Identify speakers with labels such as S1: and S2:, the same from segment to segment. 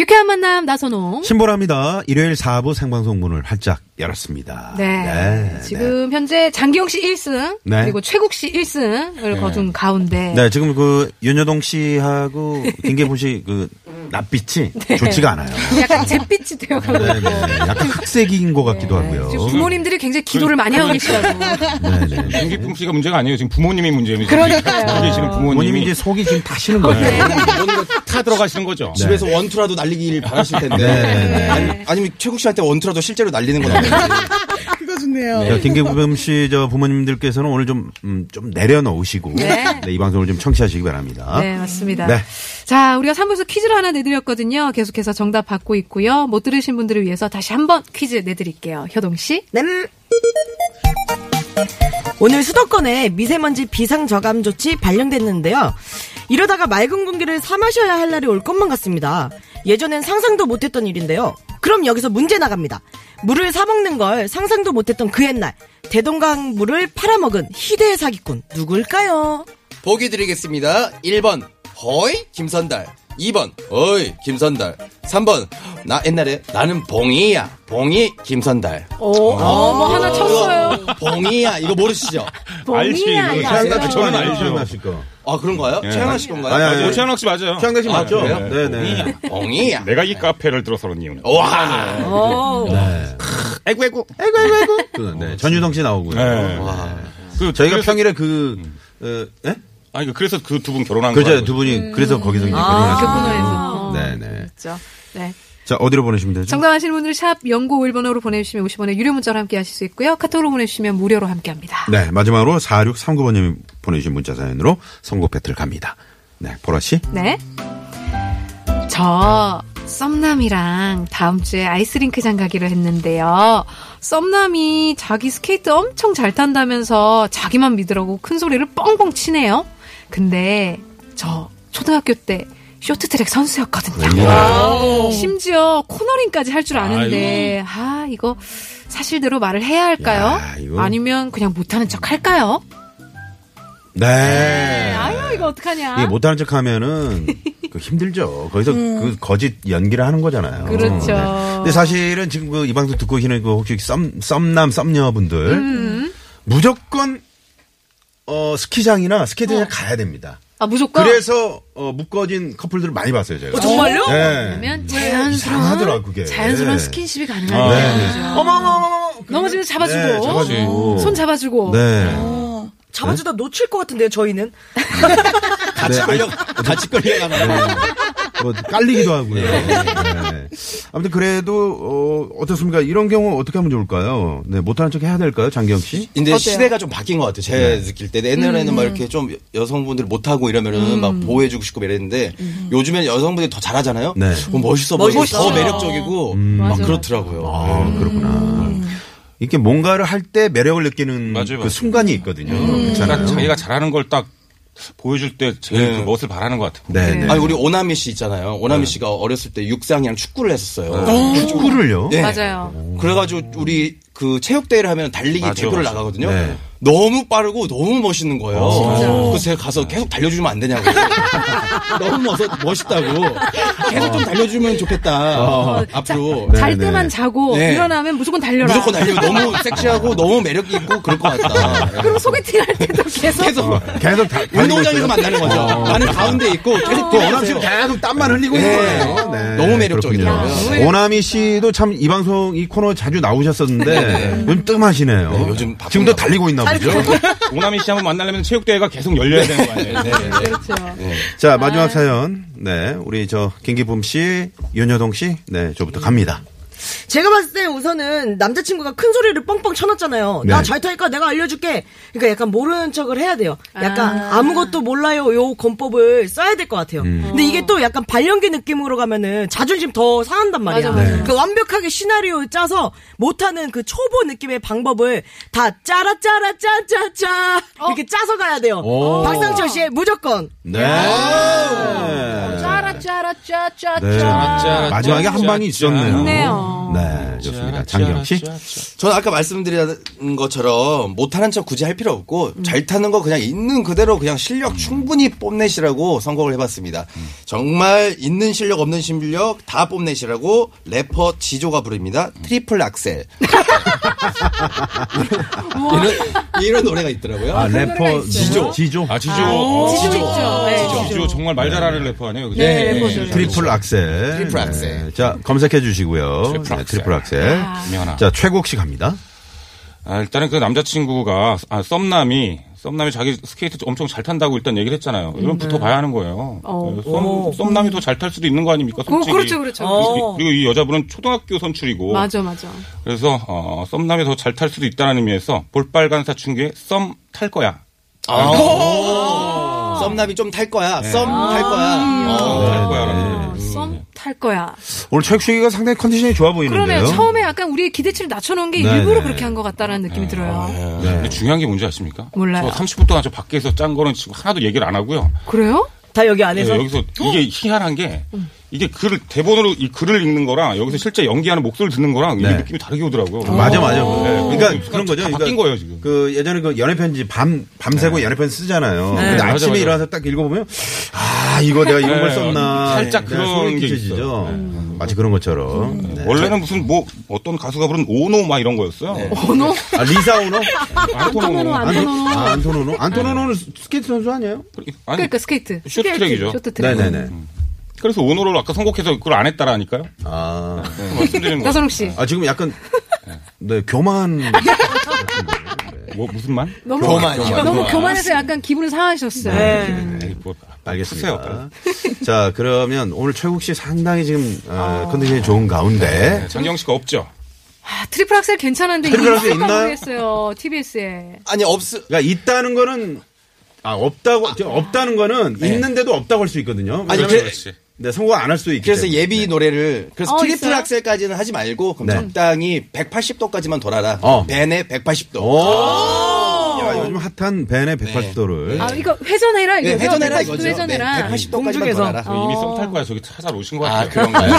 S1: 유쾌한 만남 나선홍.
S2: 신보라입니다. 일요일 4부 생방송 문을 활짝 열었습니다.
S1: 네. 지금 현재 장기영 씨 1승
S2: 아, 네.
S1: 그리고 최국 씨 1승을 거둔 가운데
S2: 네. 네, 지금 그 윤여동 씨하고 김계분 씨그
S1: 음.
S2: 낯빛이
S1: 네.
S2: 좋지가 않아요.
S1: 약간 잿빛이 되어가고
S2: 네, 네. 약간 흑색인 것 같기도 하고요.
S1: 네. 지금 부모님들이 굉장히 기도를 많이 하고 계시다고.
S2: 네, 네.
S3: 김기쁨 씨가 문제가 아니에요. 지금 부모님이 문제입니다.
S1: 그러니까요.
S3: 여기 계시는
S2: 부모님이
S3: 부모님이
S2: 이제 속이 지금 다시는 거예요.
S1: 아,
S2: 네.
S3: 타 들어가시는 거죠.
S4: 집에서 원투라도 날리기를 바라실 텐데
S2: 네,
S4: 아니, 아니면 최국 씨한테 원투라도 실제로 날리는 건 아니에요.
S2: 자, 네. 김계분 씨저 부모님들께서는 오늘 좀, 음, 좀 내려놓으시고
S1: 네.
S2: 네, 이 방송을 좀 청취하시기 바랍니다.
S1: 네, 맞습니다.
S2: 네.
S1: 자, 우리가 3부에서 퀴즈를 하나 내드렸거든요. 계속해서 정답 받고 있고요. 못 들으신 분들을 위해서 다시 한번 퀴즈 내드릴게요. 효동 씨.
S5: 네. 오늘 수도권에 미세먼지 비상저감 조치 발령됐는데요. 이러다가 맑은 공기를 사 마셔야 할 날이 올 것만 같습니다. 예전엔 상상도 못했던 일인데요. 그럼 여기서 문제 나갑니다. 물을 사먹는 걸 상상도 못했던 그 옛날 대동강 물을 팔아먹은 희대의 사기꾼 누굴까요?
S4: 보기 드리겠습니다. 1번 허이 김선달 2번 어이 김선달 3번 나 옛날에 나는 봉이야 봉이 김선달
S1: 오, 어머, 하나 아, 쳤어요.
S4: 이거 봉이야 이거 모르시죠?
S3: 알지.
S1: 뻥이야, 이거.
S3: 최양락 씨 저는 알죠.
S2: 하실 거.
S4: 아 그런가요? 최양아 씨 건가요?
S2: 예. 아니, 아니,
S3: 오, 최양락 씨 맞아요.
S2: 최양대 씨
S4: 아,
S2: 맞죠?
S4: 그래요?
S2: 네, 네.
S4: 봉이야
S3: 내가 이 카페를 들어서는 이유는
S4: 와
S1: 오.
S5: 네.
S3: 에구 에구.
S2: 아이고, 아이고, 아이고. 그, 네. 전유동 씨 나오고요.
S3: 네. 그
S2: 저희가
S3: 그래서,
S2: 평일에 그, 어, 예?
S3: 아니 그래서 그 두 분 결혼한 거.
S2: 그죠 두 분이
S1: 음.
S2: 그래서 거기서
S1: 아, 교코너에서.
S2: 이제 결혼하셨어요. 네네.
S1: 그렇죠. 네.
S2: 자 어디로 보내시면 되죠?
S1: 정답하시는 분들 샵 0951번호로 보내주시면 50원의 유료 문자로 함께 하실 수 있고요. 카톡으로 보내주시면 무료로 함께 합니다.
S2: 네 마지막으로 4639번님이 보내주신 문자 사연으로 선곡 배틀 갑니다. 네 보라 씨.
S1: 네. 저 썸남이랑 다음 주에 아이스링크장 가기로 했는데요. 썸남이 자기 스케이트 엄청 잘 탄다면서 자기만 믿으라고 큰 소리를 뻥뻥 치네요. 근데 저 초등학교 때 쇼트트랙 선수였거든요. 심지어 코너링까지 할 줄 아는데 아 이거 사실대로 말을 해야 할까요?
S2: 야, 이거.
S1: 아니면 그냥 못하는 척 할까요?
S2: 네.
S1: 아유 이거 어떡하냐?
S2: 이게 예, 뭐 못하는 척하면은 그 힘들죠. 거기서 그 거짓 연기를 하는 거잖아요.
S1: 음.
S2: 네.
S1: 그렇죠.
S2: 근데 사실은 지금 그 이 방송 듣고 계시는 그 혹시 썸 썸남 썸녀분들
S1: 음.
S2: 무조건 어 스키장이나 스케이트장 가야 됩니다.
S1: 아 무조건
S2: 그래서 어, 묶어진 커플들을 많이 봤어요 제가.
S1: 정말요?
S2: 네.
S1: 그러면 자연스러운
S2: 이상하더라고, 그게.
S1: 자연스러운
S2: 네.
S1: 스킨십이
S2: 네.
S1: 가능하네요.
S2: 어머 어머 어머.
S1: 넘어지면 잡아주고,
S2: 네, 잡아주고.
S1: 손 잡아주고.
S2: 네.
S1: 어.
S5: 잡아주다 놓칠 것 같은데요 저희는
S2: 네,
S4: 같이 걸려 같이 걸려가나요?
S2: 뭐 깔리기도 하고요. 네. 아무튼 그래도 어, 어떻습니까? 이런 경우 어떻게 하면 좋을까요? 네, 못하는 척 해야 될까요, 장기영 씨?
S4: 근데 시대가 좀 바뀐 것 같아요. 제 느낄 때 옛날에는 막 이렇게 좀 여성분들이 못하고 이러면은 막 보호해주고 싶고 이랬는데 요즘엔 여성분들이 더 잘하잖아요.
S2: 네.
S4: 그럼 멋있어 보이고
S5: 멋있어요.
S4: 더 매력적이고 막
S1: 맞아요.
S4: 음. 그렇더라고요. 음.
S2: 아 그렇구나. 이렇게 뭔가를 할 때 매력을 느끼는
S3: 맞아요,
S2: 그
S3: 맞아요.
S2: 순간이 있거든요.
S3: 딱
S4: 음.
S2: 그렇잖아요.
S3: 음. 자기가 잘하는 걸 딱 보여줄 때 제일
S4: 네.
S3: 그 멋을 바라는 것 같아요.
S2: 네, 네.
S4: 아니 우리 오나미 씨 있잖아요. 오나미 씨가 어렸을 때 육상이랑 축구를 네. 했었어요.
S2: 축구를요?
S4: 네.
S1: 맞아요.
S4: 그래가지고 우리 그 체육대회를 하면 달리기
S3: 맞아,
S4: 대표를
S3: 맞아.
S4: 나가거든요.
S2: 네. 어.
S4: 너무 빠르고 너무 멋있는 거예요. 그래서 제가 가서 계속 달려주면 안 되냐고. 너무 멋, 멋있다고. 계속 좀 달려주면 좋겠다.
S2: 어.
S4: 앞으로.
S1: 잘
S2: 네,
S1: 때만
S2: 네.
S1: 자고
S4: 네.
S1: 일어나면 무조건 달려라.
S4: 무조건 달리면 너무 섹시하고 너무 매력 있고 그럴 것 같다.
S1: 그리고 소개팅 할 때도 계속
S2: 네.
S4: 계속
S2: 계속 다. 어.
S4: 운동장에서 만나는 거죠. 나는 가운데 있고
S1: 아,
S4: 계속 그 또
S2: 오남 씨 어. 계속 땀만 흘리고 있는 거예요. 네.
S4: 너무 매력적이더라고요.
S2: 그렇군요.
S1: 네.
S2: 오남이 씨도 참 이 방송 이 코너 자주 나오셨었는데 요즘 뜸하시네요.
S4: 네, 요즘 바쁘네요.
S2: 지금도 달리고 있나 보죠.
S3: 오나미 씨 한번 만나려면 체육대회가 계속 열려야 되는 거
S4: 네,
S3: 아니에요?
S1: 그렇죠.
S2: 자
S4: 아.
S2: 마지막 사연. 네, 우리 저 김기범 씨, 윤여동 씨, 네 저부터 갑니다.
S5: 제가 봤을 때 우선은 남자친구가 큰 소리를 뻥뻥 쳐놨잖아요.
S2: 네.
S5: 나 잘 타니까 내가 알려줄게. 그러니까 약간 모르는 척을 해야 돼요. 약간
S1: 아.
S5: 아. 무것도 몰라요. 요 권법을 써야 될 것 같아요. 근데 이게 또 약간 발령기 느낌으로 가면은 자존심 더 상한단 말이야.
S1: 맞아, 맞아.
S5: 그러니까 완벽하게 시나리오 짜서 못하는 그 초보 느낌의 방법을 다 짜라 짜라 짜짜짜
S1: 어?
S5: 이렇게 짜서 가야 돼요.
S2: 오.
S5: 박상철 씨의 무조건.
S2: 네.
S1: 짜라 짜라 짜짜
S2: 네.
S1: 짜.
S3: 짜라.
S2: 마지막에 한 방이 있었네요.
S1: 있네요.
S2: 네, 좋습니다. 장경 씨.
S4: 저는 아까 말씀드린 것처럼 못하는 척 굳이 할 필요 없고
S1: 음.
S4: 잘 타는 거 그냥 있는 그대로 그냥 실력 충분히 뽐내시라고 선곡을 해봤습니다.
S1: 음.
S4: 정말 있는 실력 없는 실력 다 뽐내시라고 래퍼 지조가 부릅니다.
S1: 음.
S4: 트리플 악셀. 이런, 이런 노래가 있더라고요.
S2: 아,
S1: 네.
S2: 래퍼
S4: 지조.
S2: 지조.
S3: 아, 지조.
S1: 지조 있죠.
S3: 지조.
S1: 네.
S3: 지조 정말 말 잘하는 래퍼 아니에요? 그죠?
S1: 네, 래퍼죠.
S2: 트리플 악셀.
S4: 트리플 악셀.
S2: 네, 자, 검색해 주시고요.
S3: 트리플
S2: 네,
S3: 악셀.
S2: 트리플 악셀.
S3: 유명하나.
S2: 자, 최국 씨 갑니다.
S3: 아, 일단은 그 남자친구가 아, 썸남이 썸남이 자기 스케이트 엄청 잘 탄다고 일단 얘기를 했잖아요. 이건 붙어봐야 하는 거예요.
S1: 음.
S3: 네,
S1: 어.
S3: 썸, 썸남이 더 잘 탈 수도 있는 거 아닙니까? 솔직히.
S1: 그렇죠, 그렇죠.
S3: 그리고, 그리고 이 여자분은 초등학교 선출이고
S1: 맞아 맞아.
S3: 그래서 어, 썸남이 더 잘 탈 수도 있다는 의미에서 볼빨간 사춘기에 썸 탈 거야.
S4: 아,
S1: 아.
S4: 썸남이 좀 탈 거야.
S1: 네.
S4: 썸 탈 거야. 어.
S3: 썸 탈 거야라는
S1: 어,
S2: 음.
S1: 썸탈 거야.
S2: 오늘 최국 씨가 상당히 컨디션이 좋아 보이는데요.
S1: 그러네요. 처음에 약간 우리의 기대치를 낮춰놓은 게
S2: 네,
S1: 일부러
S2: 네. 아,
S1: 그렇게 한 것 같다라는 느낌이 들어요.
S3: 거예요. 근데 중요한 게 뭔지 아십니까?
S1: 몰라요.
S3: 저 30분 동안 저 밖에서 짠 거는 지금 하나도 얘기를 안 하고요.
S1: 그래요?
S5: 다 여기
S3: 그래서
S5: 안에서
S3: 네, 여기서 이게 희한한 게 이게 글을 대본으로 이 글을 읽는 거랑 여기서 실제 연기하는 목소리를 듣는 거랑 이게
S2: 네.
S3: 느낌이 다르게 오더라고요.
S2: 맞아, 맞아.
S3: 네,
S2: 그러니까 그런 거죠.
S3: 다 바뀐
S2: 그러니까
S3: 거예요, 지금.
S2: 그 예전에 그 연애편지 밤, 밤새고 연애편지 쓰잖아요. 근데
S3: 네. 맞아,
S2: 아침에
S3: 맞아.
S2: 일어나서 딱 읽어보면, 아, 이거 내가 이런 걸
S3: 네,
S2: 썼나.
S3: 살짝
S2: 내가
S3: 그런
S2: 소름
S3: 게
S2: 끼치죠. 음.
S3: 있어요. 네.
S2: 마치 그런 것처럼. 네.
S3: 원래는 무슨 뭐 어떤 가수가 부른 오노 막 이런 거였어요.
S1: 번호?
S2: 아, 리사 오노?
S3: 안토노
S1: 안
S2: 안토-
S1: 번호.
S2: 아, 안토노노? 안토노노는 스케이트 선수 아니에요?
S3: 아니
S1: 그러니까 스케이트.
S3: 쇼트트랙이죠.
S1: 쇼트트랙.
S2: 네네네.
S3: 그래서 오노를 아까 선곡해서 그걸 안 했다라니까요. 네,
S2: 아.
S3: 말씀드리는 거.
S1: 나선욱 씨.
S2: 아, 지금 약간, 네, 교만.
S3: 뭐 무슨 말?
S1: 너무
S4: 교만, 교만.
S1: 너무 교만해서 약간 기분이 상하셨어요.
S4: 네.
S3: 에이, 뭐, 푸세요,
S2: 알겠습니다.
S3: 빨리.
S2: 자, 그러면 오늘 최국 씨 상당히 지금, 어, 컨디션이 좋은 가운데.
S4: 네.
S3: 장경 씨가 없죠.
S1: 아, 트리플 악셀 괜찮은데
S2: 트리플 악셀
S1: 있을까
S2: 있나요?
S1: 모르겠어요. TBS에.
S4: 아니, 없으,
S2: 그러니까 있다는 거는 아 없다고 저 없다는 거는 있는데도 없다고 할 수 있거든요.
S4: 네. 아니,
S2: 왜냐면
S3: 그렇지.
S2: 네, 성공 안 할 수 있기
S4: 그래서
S2: 때문에.
S4: 예비 노래를 그래서
S1: 어,
S4: 트리플
S1: 있어요?
S4: 악셀까지는 하지 말고 그럼
S2: 네.
S4: 적당히 180도까지만 돌아라.
S2: 어.
S4: 벤의 180도.
S2: 오! 야, 요즘 핫한 벤의 180도를
S1: 아, 이거 회전해라 이거.
S4: 네, 회전해라 이거죠.
S1: 회전해라.
S4: 네, 180도까지만
S5: 공중에서.
S4: 돌아라.
S3: 이미 썸 탈 거야. 저기 찾아 오신 것 같아요.
S4: 아, 그런가요?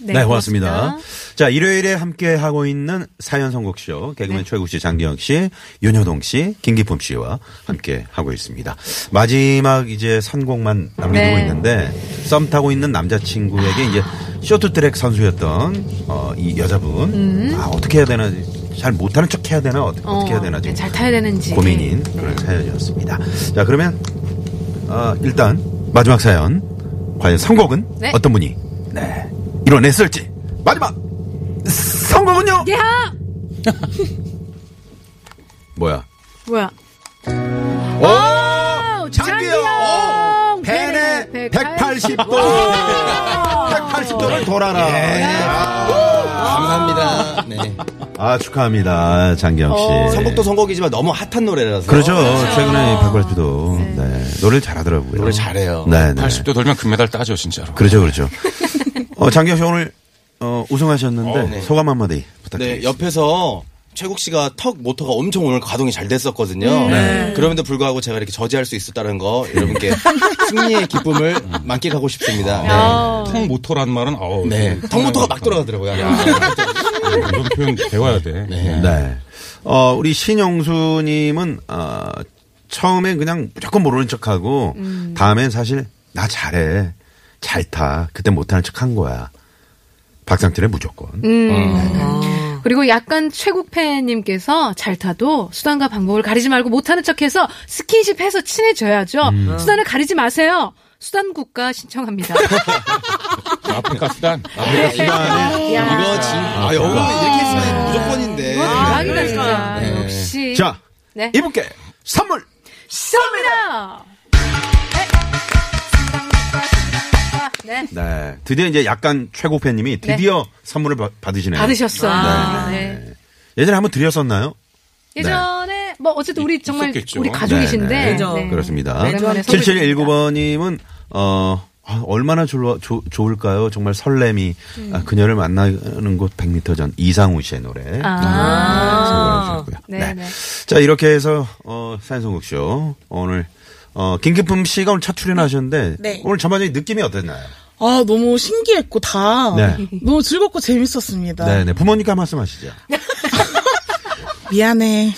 S2: 네, 고맙습니다. 자, 일요일에 함께 하고 있는 사연 선곡쇼 개그맨 최국 씨, 장기영 씨, 윤효동 씨, 김기품 씨와 함께 하고 있습니다. 마지막 이제 선곡만 남기고
S1: 네.
S2: 있는데 썸 타고 있는 남자친구에게 이제 쇼트트랙 선수였던 어, 이 여자분 아, 어떻게 해야 되나 잘 못하는 척 해야 되나 어떻게, 어떻게 해야 되나
S1: 네,
S2: 지금
S1: 잘 타야 되는지.
S2: 고민인 그런 사연이었습니다. 자, 그러면 어, 일단 마지막 사연 과연 선곡은
S1: 네.
S2: 어떤 분이 네, 이뤄냈을지 마지막 선곡은요?
S1: 야!
S2: 뭐야?
S1: 뭐야?
S2: 오!
S1: 장기영! 네,
S2: 장기영! 벤의 180도! 180도를 돌아라.
S4: 아, 감사합니다. 네.
S2: 예. 아, 축하합니다. 장기영 씨.
S4: 선곡도 선곡이지만 너무 핫한 노래라서.
S2: 어, 그렇죠. 최근에 180도. 네. 노래를 잘하더라고요.
S4: 노래 잘해요.
S2: 네, 네.
S3: 80도 돌면 금메달 따죠, 진짜로.
S2: 그렇죠, 그렇죠. 어, 장기영 씨 오늘 어, 우승하셨는데
S4: 어, 네.
S2: 소감 한마디
S4: 네,
S2: 부탁드립니다.
S4: 옆에서 최국 씨가 턱 모터가 엄청 오늘 가동이 잘 됐었거든요. 그럼에도 불구하고 제가 이렇게 저지할 수 있었다는 거 여러분께 승리의 기쁨을 만끽하고 싶습니다. 네.
S3: 통 모토란 말은 어.
S4: 네. 턱 모터가 막 돌아가더라고요.
S3: 이런 표현 배워야 돼.
S2: 네. 어, 우리 신영수님은 어, 처음엔 그냥 무조건 모르는 척하고 다음엔 사실 나 잘해. 잘 타. 그때 못하는 척 한 거야. 박상철의 무조건.
S1: 음. 그리고 약간 최국 팬님께서 잘 타도 수단과 방법을 가리지 말고 못하는 척해서 스킨십 해서 친해져야죠. 수단을 가리지 마세요. 수단 국가 신청합니다.
S3: 아프리카 수단.
S4: 이거 진, 아, 네. 영어 이렇게 했으면 무조건인데.
S1: 대박이다 진짜.
S4: 네.
S1: 역시.
S2: 자,
S1: 네.
S2: 이분께 선물
S1: 시작합니다. 네.
S2: 네. 드디어 이제 약간 최고 팬님이 드디어 선물을 받- 받으시네요.
S1: 받으셨어요.
S2: 네.
S1: 네.
S2: 예전에 한번 드렸었나요?
S1: 예전에 뭐 어쨌든 우리 정말
S3: 있었겠죠.
S1: 우리
S2: 네, 네.
S1: 가족이신데
S5: 그죠.
S1: 네.
S2: 그렇습니다.
S1: 오랜만에 선물
S2: 7719번님은 어 아, 얼마나 좋, 좋, 좋을까요? 정말 설렘이
S1: 음.
S2: 아, 그녀를 만나는 곳 100m 전 이상우 씨의 노래.
S1: 아.
S2: 선곡을 해주셨고요.
S1: 네,
S2: 네.
S1: 네.
S2: 자 이렇게 해서 어, 사연성국쇼 오늘 어, 김기품 씨가 오늘 첫 출연하셨는데
S6: 네.
S2: 오늘 전반적인 느낌이 어땠나요?
S6: 아, 너무 신기했고, 다.
S2: 네.
S6: 너무 즐겁고 재밌었습니다.
S2: 네네 부모님께 한 말씀 하시죠.
S1: 네.
S6: 미안해.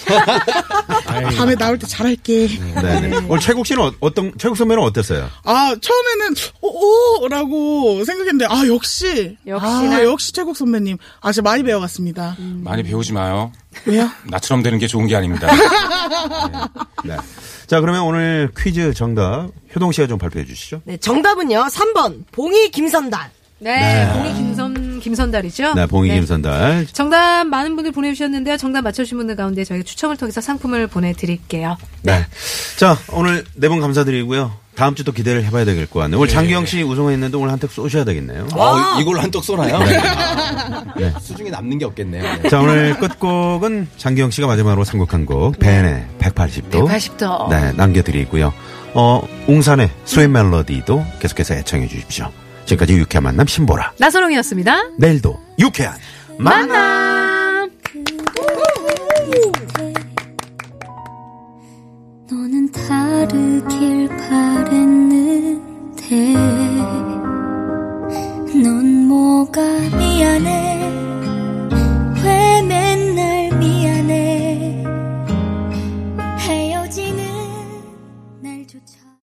S6: 밤에 나올 때 잘할게.
S2: 네네. 오늘 최국 씨는 어- 어떤 최국 선배는 어땠어요?
S6: 아, 처음에는, 오, 오! 라고 생각했는데, 아, 역시.
S1: 역시나.
S6: 아, 역시 최국 선배님. 아, 진짜 많이 배워갔습니다.
S3: 많이 배우지 마요.
S6: 왜요?
S3: 나처럼 되는 게 좋은 게 아닙니다.
S2: 네. 자 그러면 오늘 퀴즈 정답 효동 씨가 좀 발표해 주시죠.
S5: 네, 정답은요. 3번 봉이 김선달.
S1: 네, 봉이 김선 김선달이죠.
S2: 네 봉이
S1: 네.
S2: 김선달
S1: 정답 많은 분들 보내주셨는데요. 정답 맞춰주신 분들 가운데 저희가 추첨을 통해서 상품을 보내드릴게요.
S2: 네. 자, 오늘 네 분 감사드리고요. 다음 주 또 기대를 해봐야 되겠 것 같네요. 오늘 장기영 씨 우승했는데 오늘 한턱 쏘셔야 되겠네요.
S4: 아,
S1: 뭐?
S4: 이걸로 한턱 쏘나요? 네. 수중에 남는 게 없겠네요. 네.
S2: 자, 오늘 끝곡은 장기영 씨가 마지막으로 선곡한 곡, 벤의 180도.
S1: 180도.
S2: 네, 남겨드리고요. 어, 웅산의 스윗 멜로디도 계속해서 애청해 주십시오. 지금까지 유쾌한 만남 신보라.
S1: 나선홍이었습니다.
S2: 내일도 유쾌한 만남!
S1: 만남.
S7: 너는 다르길 바랬는데 넌 뭐가 미안해